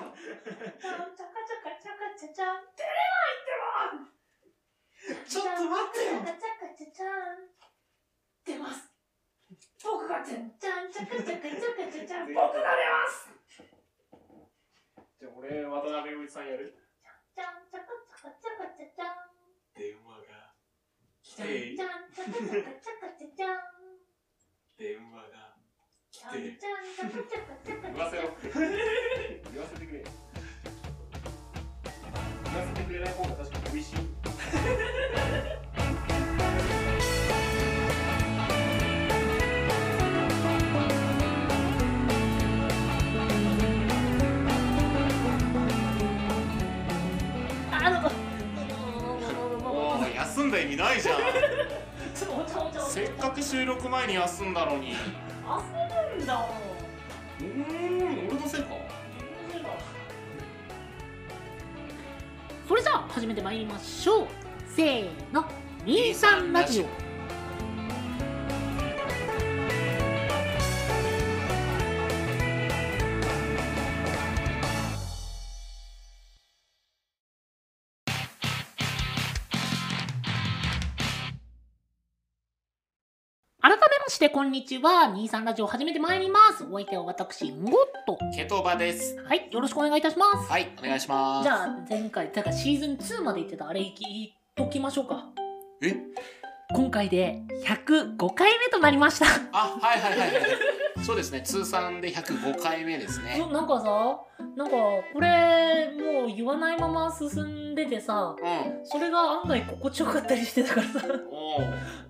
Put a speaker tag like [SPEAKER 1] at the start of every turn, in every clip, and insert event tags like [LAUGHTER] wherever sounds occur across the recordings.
[SPEAKER 1] ちゃかちゃかちゃかちゃちゃん。
[SPEAKER 2] ちょっと待ってよ
[SPEAKER 1] ちゃかちゃかちゃちゃん。出ます。僕が出ちゃんちゃかちゃかちゃかちゃちゃん。僕が出ます。
[SPEAKER 3] じゃあ俺、渡辺陽一さんやる
[SPEAKER 1] ちゃんちゃかちゃかちゃかちゃちゃん。
[SPEAKER 2] 電話が来
[SPEAKER 1] ちゃん
[SPEAKER 2] てい
[SPEAKER 1] ちゃんちゃかちゃかちゃかちゃちゃん。
[SPEAKER 2] 電話が
[SPEAKER 1] ちゃんちゃんちゃかちゃかちゃか
[SPEAKER 3] 言
[SPEAKER 1] ちゃ
[SPEAKER 3] わせろ言わせてくれ言わせてくれない方が確かに美味しい
[SPEAKER 1] あの。
[SPEAKER 3] おい休んだ意味ないじゃん
[SPEAKER 1] ちょちょちょ。
[SPEAKER 3] せっかく収録前に休んだのに
[SPEAKER 1] 아,焦るんだもん。
[SPEAKER 3] うーん俺のせいか
[SPEAKER 4] それじゃあ始めてまいりましょうせーの23ラジオ改めましてこんにちは23ラジオ始めてまいりますお相手は私ゴット
[SPEAKER 3] ケトバです
[SPEAKER 4] はいよろしくお願いいたします
[SPEAKER 3] はいお願いします
[SPEAKER 4] じゃあ前回だからシーズン2まで言ってたあれ言っときましょうか
[SPEAKER 3] え
[SPEAKER 4] 今回で105回目となりました
[SPEAKER 3] あはいはいはい、はい、そうですね通算で105回目ですね
[SPEAKER 4] そうなんかさなんかこれもう言わないまま進んでてさ
[SPEAKER 3] うん
[SPEAKER 4] それが案外心地よかったりしてたからさ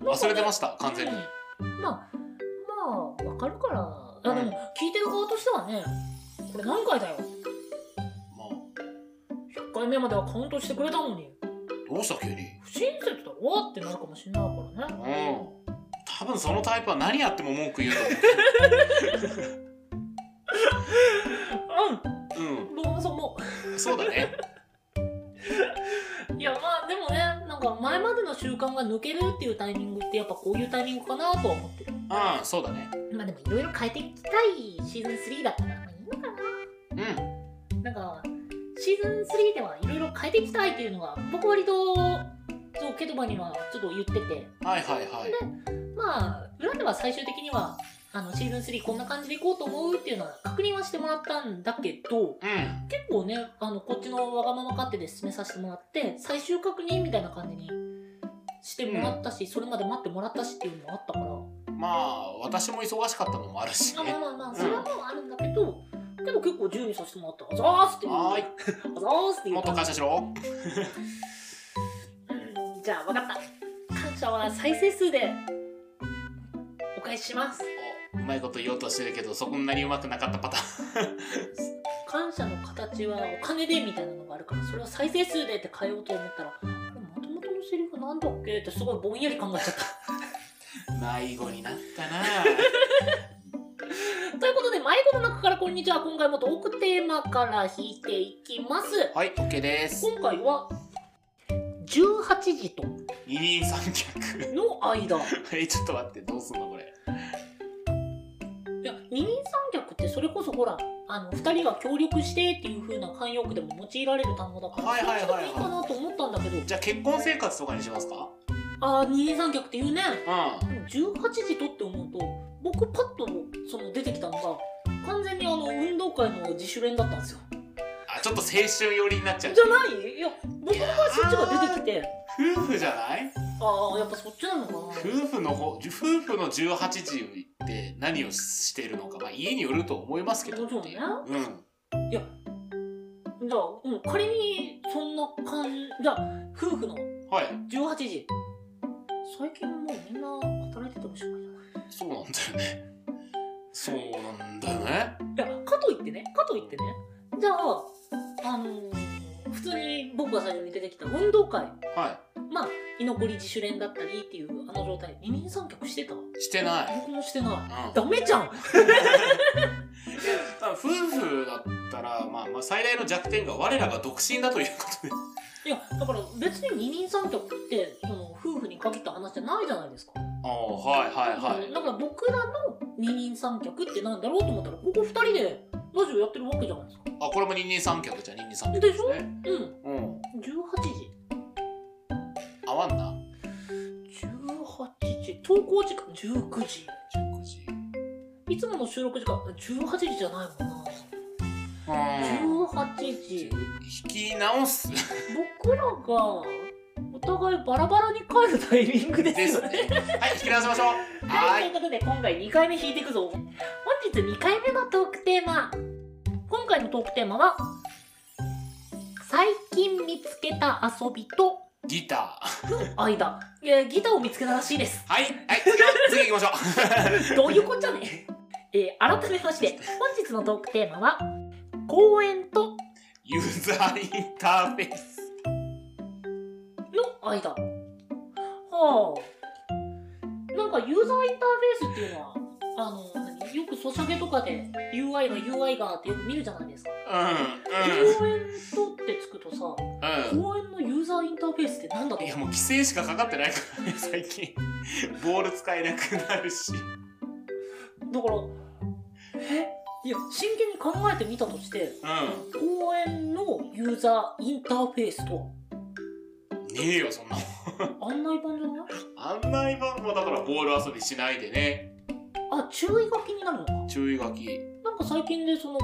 [SPEAKER 3] おー忘れてました完全に、
[SPEAKER 4] うんまあまあわかるからあでも聞いてる側としてはねこれ何回だよ
[SPEAKER 3] まあ
[SPEAKER 4] 100回目まではカウントしてくれたのに
[SPEAKER 3] どうした急に
[SPEAKER 4] 不親切だろってなるかもしれないからね
[SPEAKER 3] うん多分そのタイプは何やっても文句言うと思う
[SPEAKER 4] うん僕もそう思う
[SPEAKER 3] [LAUGHS] うんそうだね
[SPEAKER 4] いやまあでもねなんか前までの習慣が抜けるっていうタイミングってやっぱこういうタイミングかなとは思ってる
[SPEAKER 3] うんそうだね
[SPEAKER 4] まあでもいろいろ変えていきたいシーズン3だったらまあいいのか
[SPEAKER 3] うん
[SPEAKER 4] ななんかシーズン3ではいろいろ変えていきたいっていうのが僕割とそうケトバにはちょっと言ってて
[SPEAKER 3] はいはいはい
[SPEAKER 4] まあ裏では最終的にはあのシーズン3こんな感じでいこうと思うっていうのは確認はしてもらったんだけど
[SPEAKER 3] うん
[SPEAKER 4] 結構ねあのこっちのわがまま勝手で進めさせてもらって最終確認みたいな感じにしてもらったし、それまで待ってもらったしっていうのもあったから、
[SPEAKER 3] まあ私も忙しかったのもあるし
[SPEAKER 4] あまあ
[SPEAKER 3] ね
[SPEAKER 4] まあまあそれはもうあるんだけど、けど結構自由にさせてもらったあざーすっていう
[SPEAKER 3] はーい
[SPEAKER 4] あざーすってい
[SPEAKER 3] も
[SPEAKER 4] う
[SPEAKER 3] っと感謝しろ
[SPEAKER 4] うんじゃあ分かった感謝は再生数でお返しします
[SPEAKER 3] おうまいこと言おうとしてるけどそこんなにうまくなかったパター
[SPEAKER 4] 感謝の形はお金でみたいなのがあるからそれは再生数でって変えようと思ったらあれもともとのセリフなんだっけってすごいぼんやり考えちゃった
[SPEAKER 3] ン迷子になったな
[SPEAKER 4] ということで、迷子の中からこんにちは。今回もトークテーマから引いていきます。
[SPEAKER 3] はい OK です
[SPEAKER 4] 今回は、18時と
[SPEAKER 3] 二人三脚 [LAUGHS]
[SPEAKER 4] の間。
[SPEAKER 3] えちょっと待ってどうすんのこれ
[SPEAKER 4] いや、二人三脚ってそれこそほら、あの、二人が協力してっていう風な慣用句でも用いられる単語だから、
[SPEAKER 3] はいはいはいはい
[SPEAKER 4] そっちの方がいいかなと思ったんだけど、
[SPEAKER 3] じゃあ結婚生活とかにしますか
[SPEAKER 4] あー、二人三脚って言うね。
[SPEAKER 3] うん
[SPEAKER 4] でも18時とって思うと、僕パッとその出てきたのが、完全にあの、運動会の自主練だったんですよ。
[SPEAKER 3] あちょっと青春寄りになっちゃう
[SPEAKER 4] じゃないいや、僕の場合そっちが出てきて、
[SPEAKER 3] 夫婦じゃない
[SPEAKER 4] ああやっぱそっちなのかな
[SPEAKER 3] 夫婦の方夫婦の18時って何をしてるのか、まあ、家によると思いますけど
[SPEAKER 4] もちろん
[SPEAKER 3] って
[SPEAKER 4] ね
[SPEAKER 3] いううん
[SPEAKER 4] いやじゃあ、うん、仮にそんな感じじゃあ夫婦の
[SPEAKER 3] はい
[SPEAKER 4] 18時最近もうみんな働いてておしまい
[SPEAKER 3] そうなんだよねそうなんだよね
[SPEAKER 4] だないやかといってねかといってねじゃああのー普通に僕が最初に出てきた運動会
[SPEAKER 3] は
[SPEAKER 4] まあ居残り自主練だったりっていうあの状態二人三脚してた
[SPEAKER 3] いしてない
[SPEAKER 4] 僕もしてな
[SPEAKER 3] うん
[SPEAKER 4] い
[SPEAKER 3] いや
[SPEAKER 4] ダメじゃん
[SPEAKER 3] 多分夫婦だったら、まあ、まあ最大の弱点が我らが独身だということで
[SPEAKER 4] いやだから別に二人三脚ってその夫婦に限った話じゃないじゃないですか
[SPEAKER 3] ああはいはいはい
[SPEAKER 4] だから僕らの二人三脚ってなんだろうと思ったらここ二人でラジオやってるわけじゃないですか
[SPEAKER 3] あこれも二人三脚じゃ二人三脚
[SPEAKER 4] で
[SPEAKER 3] で
[SPEAKER 4] し
[SPEAKER 3] す
[SPEAKER 4] ょ
[SPEAKER 3] ね
[SPEAKER 4] うん
[SPEAKER 3] うん
[SPEAKER 4] 18時
[SPEAKER 3] 合わんな
[SPEAKER 4] 18時投稿時間19時
[SPEAKER 3] 19時
[SPEAKER 4] いつもの収録時間18時じゃないもんな
[SPEAKER 3] うん
[SPEAKER 4] 18
[SPEAKER 3] 引
[SPEAKER 4] 時
[SPEAKER 3] き直す
[SPEAKER 4] 僕らがお互いバラバラに帰るタイミングです
[SPEAKER 3] です
[SPEAKER 4] よ
[SPEAKER 3] ね
[SPEAKER 4] ね。
[SPEAKER 3] はい引き直しましょう
[SPEAKER 4] は、
[SPEAKER 3] はいい
[SPEAKER 4] ということで今回2回目引いていくぞ。本日2回目のトークテーマ。今回のトークテーマは、最近見つけた遊びと
[SPEAKER 3] ギタ
[SPEAKER 4] 間。いや、ギターを見つけたらしいです。
[SPEAKER 3] ーはいはい次行きましょ
[SPEAKER 4] どういうこっち
[SPEAKER 3] [LAUGHS]
[SPEAKER 4] ゃね。えー改めまして、本日のトークテーマは、公園と
[SPEAKER 3] う [LAUGHS] ユーザーインターフェース
[SPEAKER 4] の間。はあ。なんかユーザーインターフェースっていうのは、あの、何よくソシャゲとかで UI が UI がってよく見るじゃないですか。公園とってつくとさ、
[SPEAKER 3] うんうん
[SPEAKER 4] 公園のユーザーインターフェースってなんだ
[SPEAKER 3] う
[SPEAKER 4] と
[SPEAKER 3] んい
[SPEAKER 4] 思
[SPEAKER 3] や
[SPEAKER 4] う
[SPEAKER 3] もう規制しかかかってないからね最近ボール使えなくなるし
[SPEAKER 4] だから、えいや、真剣に考えてみたとして、
[SPEAKER 3] う
[SPEAKER 4] 公園のユーザーインターフェースとは
[SPEAKER 3] んねえよそんなもん
[SPEAKER 4] 案内板じゃない
[SPEAKER 3] 案内板もだからボール遊びしないでね
[SPEAKER 4] あ、注意書きになるのか。
[SPEAKER 3] 注意書きい
[SPEAKER 4] なんか最近でその、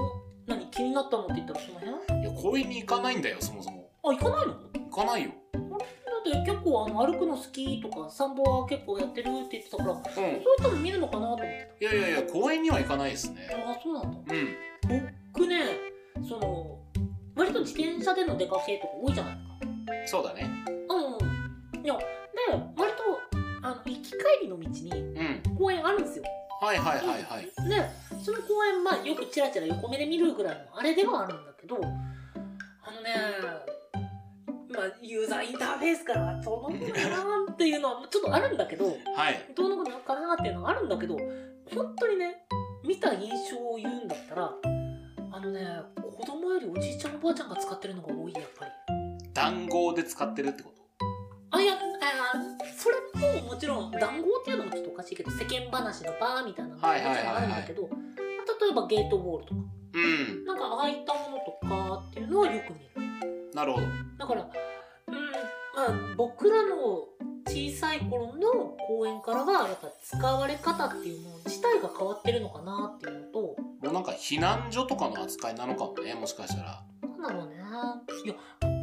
[SPEAKER 4] 何気になったのって言ったらその辺
[SPEAKER 3] や
[SPEAKER 4] あ、
[SPEAKER 3] 公園に行かないんだよそもそも
[SPEAKER 4] 行かないの
[SPEAKER 3] 行かないよ
[SPEAKER 4] だって結構あの歩くの好きとか散歩は結構やってるって言ってたからそう
[SPEAKER 3] うん
[SPEAKER 4] いったの見るのかなと思って
[SPEAKER 3] いやいやいや公園には行かないです
[SPEAKER 4] た
[SPEAKER 3] ね
[SPEAKER 4] あそうなんだ
[SPEAKER 3] うん
[SPEAKER 4] 僕ねその割と自転車での出かけとか多いじゃないです
[SPEAKER 3] そ
[SPEAKER 4] か
[SPEAKER 3] うだね
[SPEAKER 4] うんいやで割とあの行き帰りの道に
[SPEAKER 3] うん
[SPEAKER 4] 公園あるんですよ
[SPEAKER 3] はいはいはいはい
[SPEAKER 4] でその公園まあよくちらちら横目で見るぐらいのあれではあるんだけどあのねまあユーザーインターフェースからどのくらいなっていうのはちょっとあるんだけど
[SPEAKER 3] はい
[SPEAKER 4] どうのかなっていうのがあるんだけど本当にね見た印象を言うんだったらあのね子供よりおじいちゃんおばあちゃんが使ってるのが多いやっぱり
[SPEAKER 3] 談合で使ってるってこと
[SPEAKER 4] あいやあーそれももちろん談合っていうのもちょっとおかしいけど世間話のバーみたいなのもも
[SPEAKER 3] はい
[SPEAKER 4] ち
[SPEAKER 3] はい
[SPEAKER 4] ろん
[SPEAKER 3] はいはい
[SPEAKER 4] あるんだけど、例えばゲートボールとか
[SPEAKER 3] うん
[SPEAKER 4] なんかああいったものとかっていうのはよく見る
[SPEAKER 3] なるほど
[SPEAKER 4] だからうんまあ僕らの小さい頃の公園からはやっぱ使われ方っていうもの自体が変わってるのかなっていうのと
[SPEAKER 3] もうなんか避難所とかの扱いなのかもねもしかしたら
[SPEAKER 4] なんだろうね。いや、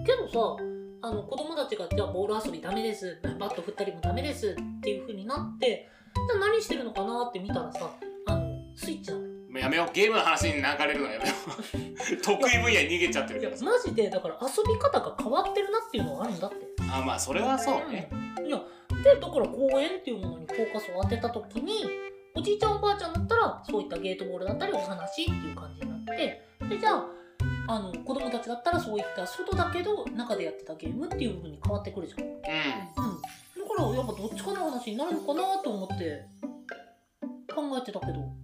[SPEAKER 4] けどさ、あの子供たちが、じゃあボール遊びダメです、バット振ったりもダメですっていう風になって、じゃあ何してるのかなって見たらさ、あの、スイッチなのよ。
[SPEAKER 3] もうやめようゲームの話に流れるのやめよう [LAUGHS] 得意分野に逃げちゃってる
[SPEAKER 4] い
[SPEAKER 3] か
[SPEAKER 4] や、
[SPEAKER 3] ら
[SPEAKER 4] マジで、だから遊び方が変わってるなっていうのはあるんだって。
[SPEAKER 3] あまあそれはそうね
[SPEAKER 4] うん。いや、で、だから公園っていうものにフォーカスを当てた時に、おじいちゃんおばあちゃんだったら、そういったゲートボールだったりお話っていう感じになって、で、じゃあ、あの子供たちだったらそういった外だけど中でやってたゲームっていう風に変わってくるじゃん。
[SPEAKER 3] う
[SPEAKER 4] うん、だからやっぱどっちかの話になるのかなと思って考えてたけど
[SPEAKER 3] ん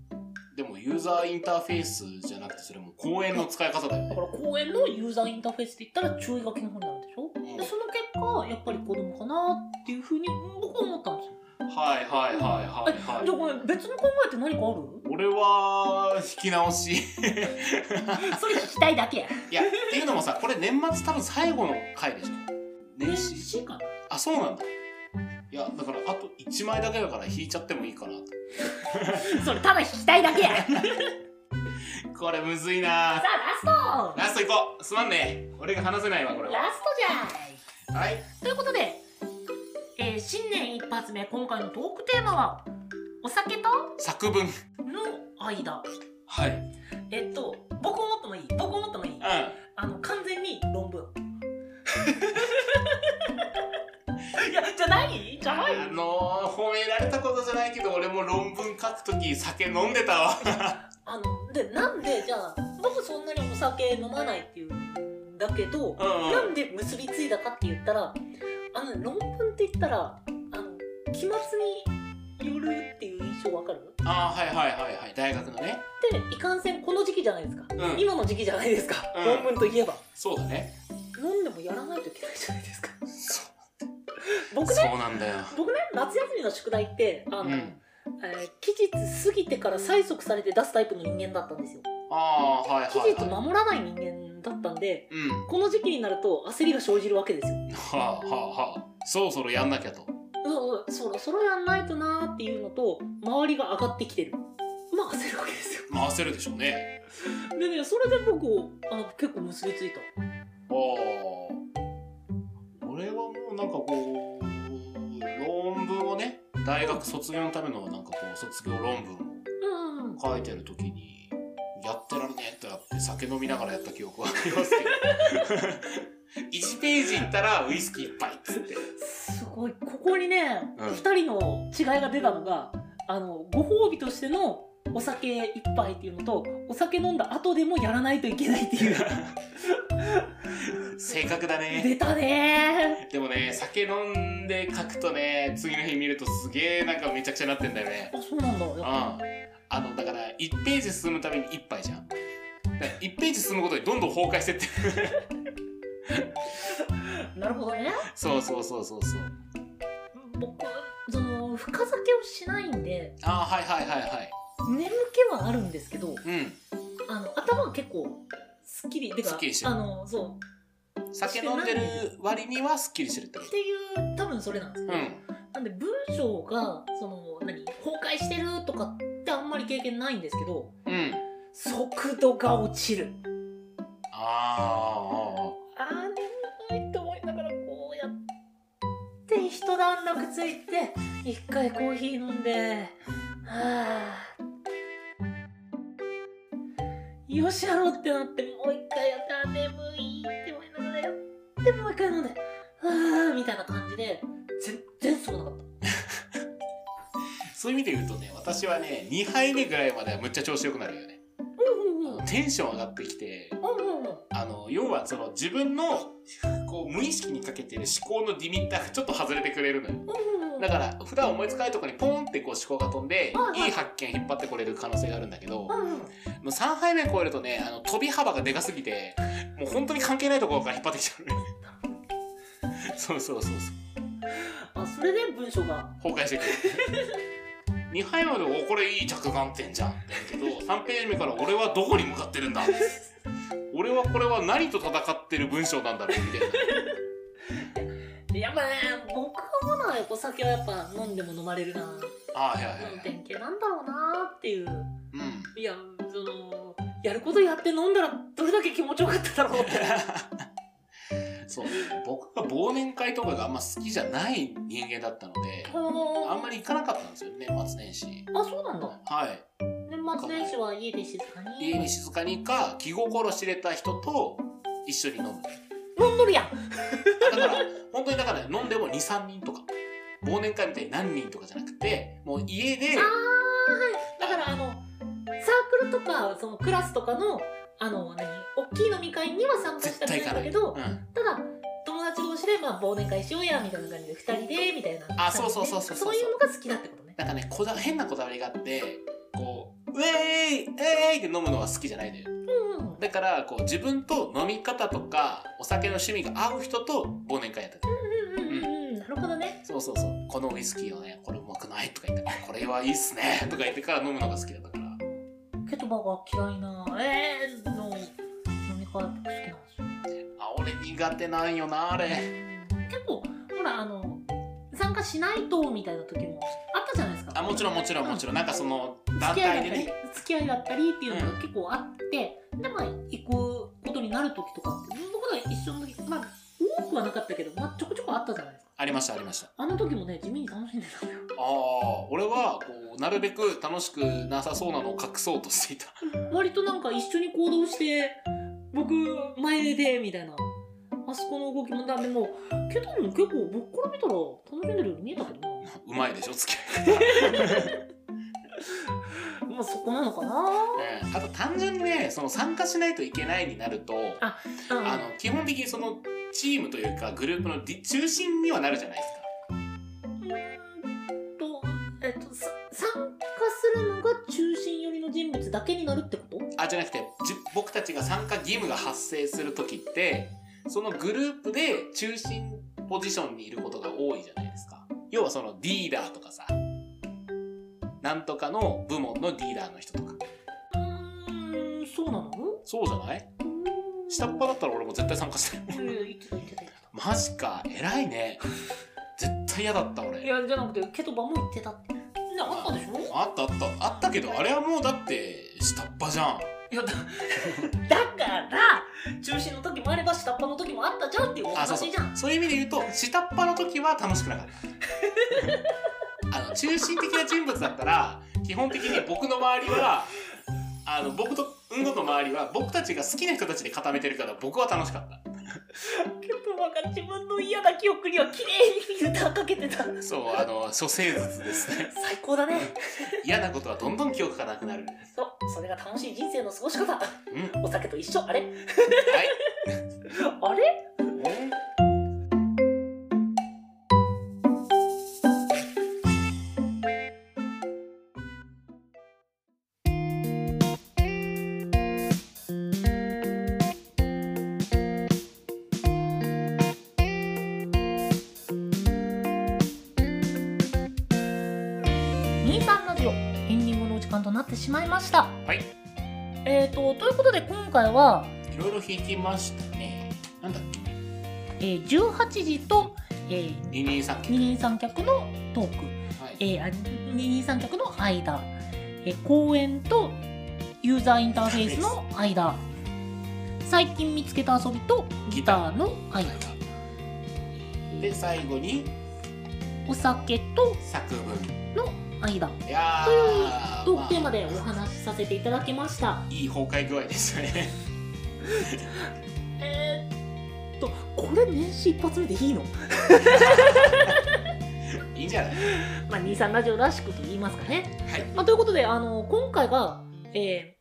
[SPEAKER 3] でもユーザーインターフェースじゃなくてそれも公園の使い方だよ
[SPEAKER 4] だ
[SPEAKER 3] ね
[SPEAKER 4] から公園のユーザーインターフェースって言ったら注意書きの方になるでしょ、
[SPEAKER 3] ん
[SPEAKER 4] でその結果やっぱり子供かなっていうふうに僕は思ったんですよ、
[SPEAKER 3] はいはいはいはいはい
[SPEAKER 4] じゃあこれ別の考えって何かあ
[SPEAKER 3] 俺は引き直し [LAUGHS] い
[SPEAKER 4] るそれ聞きたいだけや
[SPEAKER 3] やっていうのもさこれ年末多分最後の回でしょ年始
[SPEAKER 4] しかな
[SPEAKER 3] あそうなんだいやだからあと1枚だけだから引いちゃってもいいかなと
[SPEAKER 4] それただ聞きたいだけやさ
[SPEAKER 3] これむずいな
[SPEAKER 4] あラスト
[SPEAKER 3] ラストいこうすまんね俺が話せないわこれは
[SPEAKER 4] ラストじゃい
[SPEAKER 3] はい
[SPEAKER 4] ということで、えー新年一発目今回のトークテーマはお酒と
[SPEAKER 3] 作文
[SPEAKER 4] の間
[SPEAKER 3] はい
[SPEAKER 4] えっと、僕思ってもいい僕思ってもいい
[SPEAKER 3] うん
[SPEAKER 4] あの、完全に論文。 [LAUGHS] いや、じゃないじゃない
[SPEAKER 3] あのー、褒められたことじゃないけど俺も論文書くとき酒飲んでたわ
[SPEAKER 4] あの、で、なんで、じゃあ、僕そんなにお酒飲まないっていうんだけど、
[SPEAKER 3] うん
[SPEAKER 4] なんで結びついたかって言ったら、あの、論文って言ったら、あの、期末によるっていう印象わかる
[SPEAKER 3] あーはいはいはいはい大学のね
[SPEAKER 4] で、いかんせんこの時期じゃないですか。
[SPEAKER 3] うん
[SPEAKER 4] 今の時期じゃないですか。
[SPEAKER 3] うん
[SPEAKER 4] 論文といえば。
[SPEAKER 3] そうだね
[SPEAKER 4] 飲んでもやらないといけないじゃないですか。
[SPEAKER 3] そ
[SPEAKER 4] 僕ね、
[SPEAKER 3] そうなんだよ
[SPEAKER 4] 僕ね夏休みの宿題ってあ
[SPEAKER 3] うん
[SPEAKER 4] の、えー期日過ぎてから催促されて出すタイプの人間だったんですよ
[SPEAKER 3] ああ、はいはい、
[SPEAKER 4] 期
[SPEAKER 3] はい。
[SPEAKER 4] 日守らない人間だったんで
[SPEAKER 3] うん。
[SPEAKER 4] この時期になると焦りが生じるわけですよ
[SPEAKER 3] はあ、はあ、はあ。そろそろやんなきゃと。
[SPEAKER 4] うんうんそろそろやんないとなーっていうのと周りが上がってきてるまあ焦るわけですよ
[SPEAKER 3] まあ、焦るでしょうね。
[SPEAKER 4] [LAUGHS] でねそれで僕あの結構結びつい
[SPEAKER 3] あ
[SPEAKER 4] た
[SPEAKER 3] あ。俺はもうなんかこう、論文をね、大学卒業のためのなんかこう、卒業論文を
[SPEAKER 4] うんうんうん
[SPEAKER 3] 書いてる時にやってらんねえってなって酒飲みながらやった記憶はありますけど1ページ行ったらウイスキー一杯っつって
[SPEAKER 4] すごいここにね、
[SPEAKER 3] うん
[SPEAKER 4] 2人の違いが出たのがあのご褒美としてのお酒一杯っていうのとお酒飲んだ後でもやらないといけないって [LAUGHS] いう
[SPEAKER 3] 正確だね
[SPEAKER 4] 出たね
[SPEAKER 3] でもね酒飲んで書くとね次の日見るとすげえなんかめちゃくちゃなってんだよね
[SPEAKER 4] ーあそうなんだ
[SPEAKER 3] うん
[SPEAKER 4] やっ
[SPEAKER 3] あのだから1ページ進むために1杯じゃん1ページ進むことでどんどん崩壊してって [LAUGHS]
[SPEAKER 4] ぱなるほどね
[SPEAKER 3] そうそうそうそうそう
[SPEAKER 4] 僕その深酒をしないんで
[SPEAKER 3] ああはいはいはいはい
[SPEAKER 4] 眠気はあるんですけど
[SPEAKER 3] うん
[SPEAKER 4] あの頭は結構すっきりてか
[SPEAKER 3] すっきりしてる
[SPEAKER 4] あのそ
[SPEAKER 3] 酒飲んでる割にはすっきりしてるってこ
[SPEAKER 4] うっていう多分それなんです
[SPEAKER 3] と
[SPEAKER 4] け
[SPEAKER 3] う
[SPEAKER 4] ど、
[SPEAKER 3] ん
[SPEAKER 4] なんで文章がその何崩壊してるとかってあんまり経験ないんですけど
[SPEAKER 3] うん
[SPEAKER 4] 速度が落ちる
[SPEAKER 3] あ
[SPEAKER 4] あー眠いと思いながらこうやって一段落ついて一回コーヒー飲んではあよしやろうってなってもう一回やった眠いって思いながらやってもう一回飲んではあみたいな感じで全然すごなかった
[SPEAKER 3] あそういう意味で言うとね私はね2杯目ぐらいまではむっちゃ調子良くなるよね
[SPEAKER 4] うんうんうんうん
[SPEAKER 3] テンション上がってきて
[SPEAKER 4] うんうん
[SPEAKER 3] あの要はその自分のこう無意識にかけてる思考のリミッターがちょ [LAUGHS] っと外れてくれるのよだから普段思いつかないところにポンってこう思考が飛んで
[SPEAKER 4] はいはい
[SPEAKER 3] いい発見引っ張ってこれる可能性があるんだけども
[SPEAKER 4] うんうん
[SPEAKER 3] う3杯目超えるとねあの飛び幅がでかすぎてもう本当に関係ないところから引っ張ってきちゃうのよ [LAUGHS] そうそうそうそう
[SPEAKER 4] あそれで文章が
[SPEAKER 3] 崩壊してく [LAUGHS] る2杯までおこれいい着眼点じゃんって言うけど3ページ目から俺はどこに向かってるんだ俺はこれは何と戦ってる文章なんだろうみたい
[SPEAKER 4] やっぱね僕はまだお酒はやっぱ飲んでも飲まれるな
[SPEAKER 3] なああいやいやい
[SPEAKER 4] 運
[SPEAKER 3] や
[SPEAKER 4] 転系なんだろうなっていう
[SPEAKER 3] うん
[SPEAKER 4] いやそのやることやって飲んだらどれだけ気持ちよかっただろ
[SPEAKER 3] [LAUGHS]
[SPEAKER 4] うって
[SPEAKER 3] そう僕が忘年会とかがあんま好きじゃない人間だったのであ
[SPEAKER 4] あ
[SPEAKER 3] んまり行かなかったんですよ年末年始
[SPEAKER 4] あそうなんだ
[SPEAKER 3] はい
[SPEAKER 4] 年末年始は家で静かに
[SPEAKER 3] 家に静かにか気心知れた人と一緒に飲む
[SPEAKER 4] 飲んどるやん
[SPEAKER 3] だから、本当にだから飲んでも2、3人とか。忘年会みたいに何人とかじゃなくて、もう家で
[SPEAKER 4] あー、はいだからあのサークルとかそのクラスとかのあの何大きい飲み会には参加し
[SPEAKER 3] 絶
[SPEAKER 4] たくな
[SPEAKER 3] 対
[SPEAKER 4] い
[SPEAKER 3] 行か
[SPEAKER 4] んだ
[SPEAKER 3] ない。
[SPEAKER 4] け
[SPEAKER 3] う
[SPEAKER 4] ど
[SPEAKER 3] ん。
[SPEAKER 4] ただ友達同士で、まあ、忘年会しようやみたいな感じで2人でみたいな
[SPEAKER 3] あそうそうそうそうそう
[SPEAKER 4] そういうのが好きだってことね
[SPEAKER 3] なんかね、こだ変なこだわりがあって、こう、ウェーイウェーイって飲むのは好きじゃないのよ。
[SPEAKER 4] うんうん
[SPEAKER 3] だから、こう、自分と飲み方とか、お酒の趣味が合う人と忘年会やってた。
[SPEAKER 4] うんうんうんうんなるほどね
[SPEAKER 3] そうそうそう。このウイスキーをね、これうまくないとか言って、これはいいっすねとか言ってから飲むのが好きだったから。
[SPEAKER 4] ケトバが嫌いなえー、の飲み会僕好きなんですよ
[SPEAKER 3] あ、俺苦手なんよな、あれ。
[SPEAKER 4] 結構ほらあの参加しないとみたいな時もあったじゃないですか
[SPEAKER 3] あ、もちろんもちろんもちろん。なんかその、団
[SPEAKER 4] 付き合
[SPEAKER 3] 体で
[SPEAKER 4] いだったり
[SPEAKER 3] ね。
[SPEAKER 4] 付き合いだったりっていうのが結構あって、でまあ行くことになる時とかって僕ら一緒の時まあ多くはなかったけど、まあ、ちょこちょこあったじゃないですか
[SPEAKER 3] ありました、ありました。
[SPEAKER 4] あの時もね地味に楽しんでたのよ
[SPEAKER 3] ああ俺はこうなるべく楽しくなさそうなのを隠そうとしていた
[SPEAKER 4] 割となんか一緒に行動して僕前でみたいなあそこの動きもだでもケトンも結構僕から見たら楽しんでるように見えたけどな
[SPEAKER 3] うまいでしょ付き合い、
[SPEAKER 4] まあそこなのかな
[SPEAKER 3] あと単純にねその参加しないといけないになるとあ
[SPEAKER 4] うん
[SPEAKER 3] の基本的にそのチームというかグループのり中心にはなるじゃないですか
[SPEAKER 4] うーんとえっとさ参加するのが中心寄りの人物だけになるってこと
[SPEAKER 3] あじゃなくてじ僕たちが参加義務が発生する時ってそのグループで中心ポジションにいることが多いじゃないですか要はそのリーダーとかさなんとかの部門のリーダーの人とか
[SPEAKER 4] うーんそうなの
[SPEAKER 3] そうじゃない下っ端だったら俺も絶対参加してる。
[SPEAKER 4] いやいや言ってた言ってた言って
[SPEAKER 3] マジか、偉いね。絶対嫌だった
[SPEAKER 4] たい
[SPEAKER 3] 俺。
[SPEAKER 4] やじゃなくてケトバも言ってたってねあったでしょ
[SPEAKER 3] あったあった、あったけど、あれはもうだって、下っ端じゃん。
[SPEAKER 4] いやだだから中心の時もあれば下っ端の時もあったじゃんっていうお
[SPEAKER 3] あ、そう
[SPEAKER 4] 話
[SPEAKER 3] そう
[SPEAKER 4] じゃん。
[SPEAKER 3] そういう意味で言うと、下っ端の時は楽しくなかっ
[SPEAKER 4] [LAUGHS]
[SPEAKER 3] た。あの、中心的な人物だったら、基本的に僕の周りは、あの、僕と、うんごの周りは、僕たちが好きな人たちで固めてるから、僕は楽しかった。
[SPEAKER 4] ケトバが自分の嫌な記憶には綺麗にフィルターかけてた
[SPEAKER 3] そう、あの、処世術ですね。
[SPEAKER 4] 最高だね
[SPEAKER 3] 嫌なことはどんどん記憶がなくなる。
[SPEAKER 4] そうそれが楽しい人生の過ごし方
[SPEAKER 3] うん。はい。
[SPEAKER 4] お酒と一緒あれあれ23ラジオエンディングのお時間となってしまいました
[SPEAKER 3] はい
[SPEAKER 4] えーとということで今回はい
[SPEAKER 3] ろいろ弾きましたね。なんだっけ
[SPEAKER 4] えー18時と、えー、
[SPEAKER 3] 二人三脚。
[SPEAKER 4] 二人三脚のトーク、
[SPEAKER 3] はい。
[SPEAKER 4] えーあ二人三脚の間、えー公演とユーザーインターフェースの間最近見つけた遊びとギターの間
[SPEAKER 3] で、最後に、
[SPEAKER 4] お酒と
[SPEAKER 3] 作文。
[SPEAKER 4] の間
[SPEAKER 3] いやー、
[SPEAKER 4] と
[SPEAKER 3] まあ
[SPEAKER 4] テーマでお話しさせていただきました
[SPEAKER 3] いい崩壊具合ですね。
[SPEAKER 4] えーっとこれ年始一発目でいいの
[SPEAKER 3] いいんじゃない
[SPEAKER 4] [LAUGHS] まあ、23ラジオらしくと言いますかね。
[SPEAKER 3] はい
[SPEAKER 4] まあ、ということで、あの、今回が、えー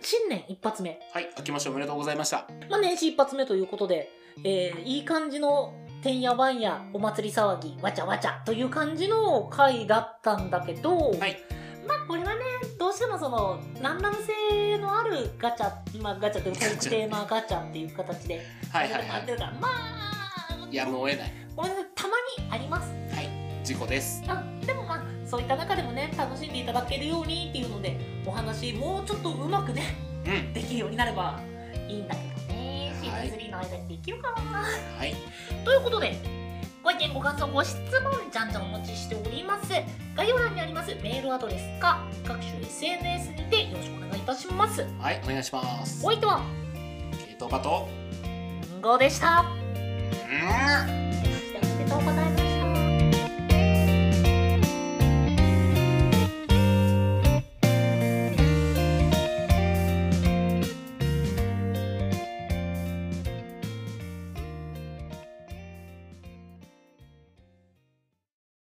[SPEAKER 4] 新年一発目、
[SPEAKER 3] はい、明けましておめでとうございました。
[SPEAKER 4] まあ、年始一発目ということで、えーいい感じの、てんやわんや、お祭り騒ぎ、わちゃわちゃという感じの回だったんだけど、
[SPEAKER 3] はい
[SPEAKER 4] まあ、これはね、どうしてもその、ランダム性のあるガチャ、まあ、ガチャというか、
[SPEAKER 3] ガチャ
[SPEAKER 4] 特定のガチャっていう形で、
[SPEAKER 3] はいはいは
[SPEAKER 4] やって
[SPEAKER 3] い。
[SPEAKER 4] るから、まあ、
[SPEAKER 3] やむを得ない。
[SPEAKER 4] ごめんなさい、たまにあります。
[SPEAKER 3] 事故です。
[SPEAKER 4] あでもまあそういった中でもね楽しんでいただけるようにっていうのでお話もうちょっとうまくね
[SPEAKER 3] うん。
[SPEAKER 4] できるようになればいいんだけどねシ
[SPEAKER 3] はい
[SPEAKER 4] ーズン3の間にできるかな、
[SPEAKER 3] はい。
[SPEAKER 4] ということでご意見ご感想ご質問じゃんじゃんお待ちしております概要欄にありますメールアドレスか各種 SNS にてよろしくお願いいたします
[SPEAKER 3] はい、お願いします
[SPEAKER 4] お。相手は
[SPEAKER 3] えっと、バト。
[SPEAKER 4] んごでし
[SPEAKER 3] う
[SPEAKER 4] た
[SPEAKER 3] ん
[SPEAKER 4] おめでとうございます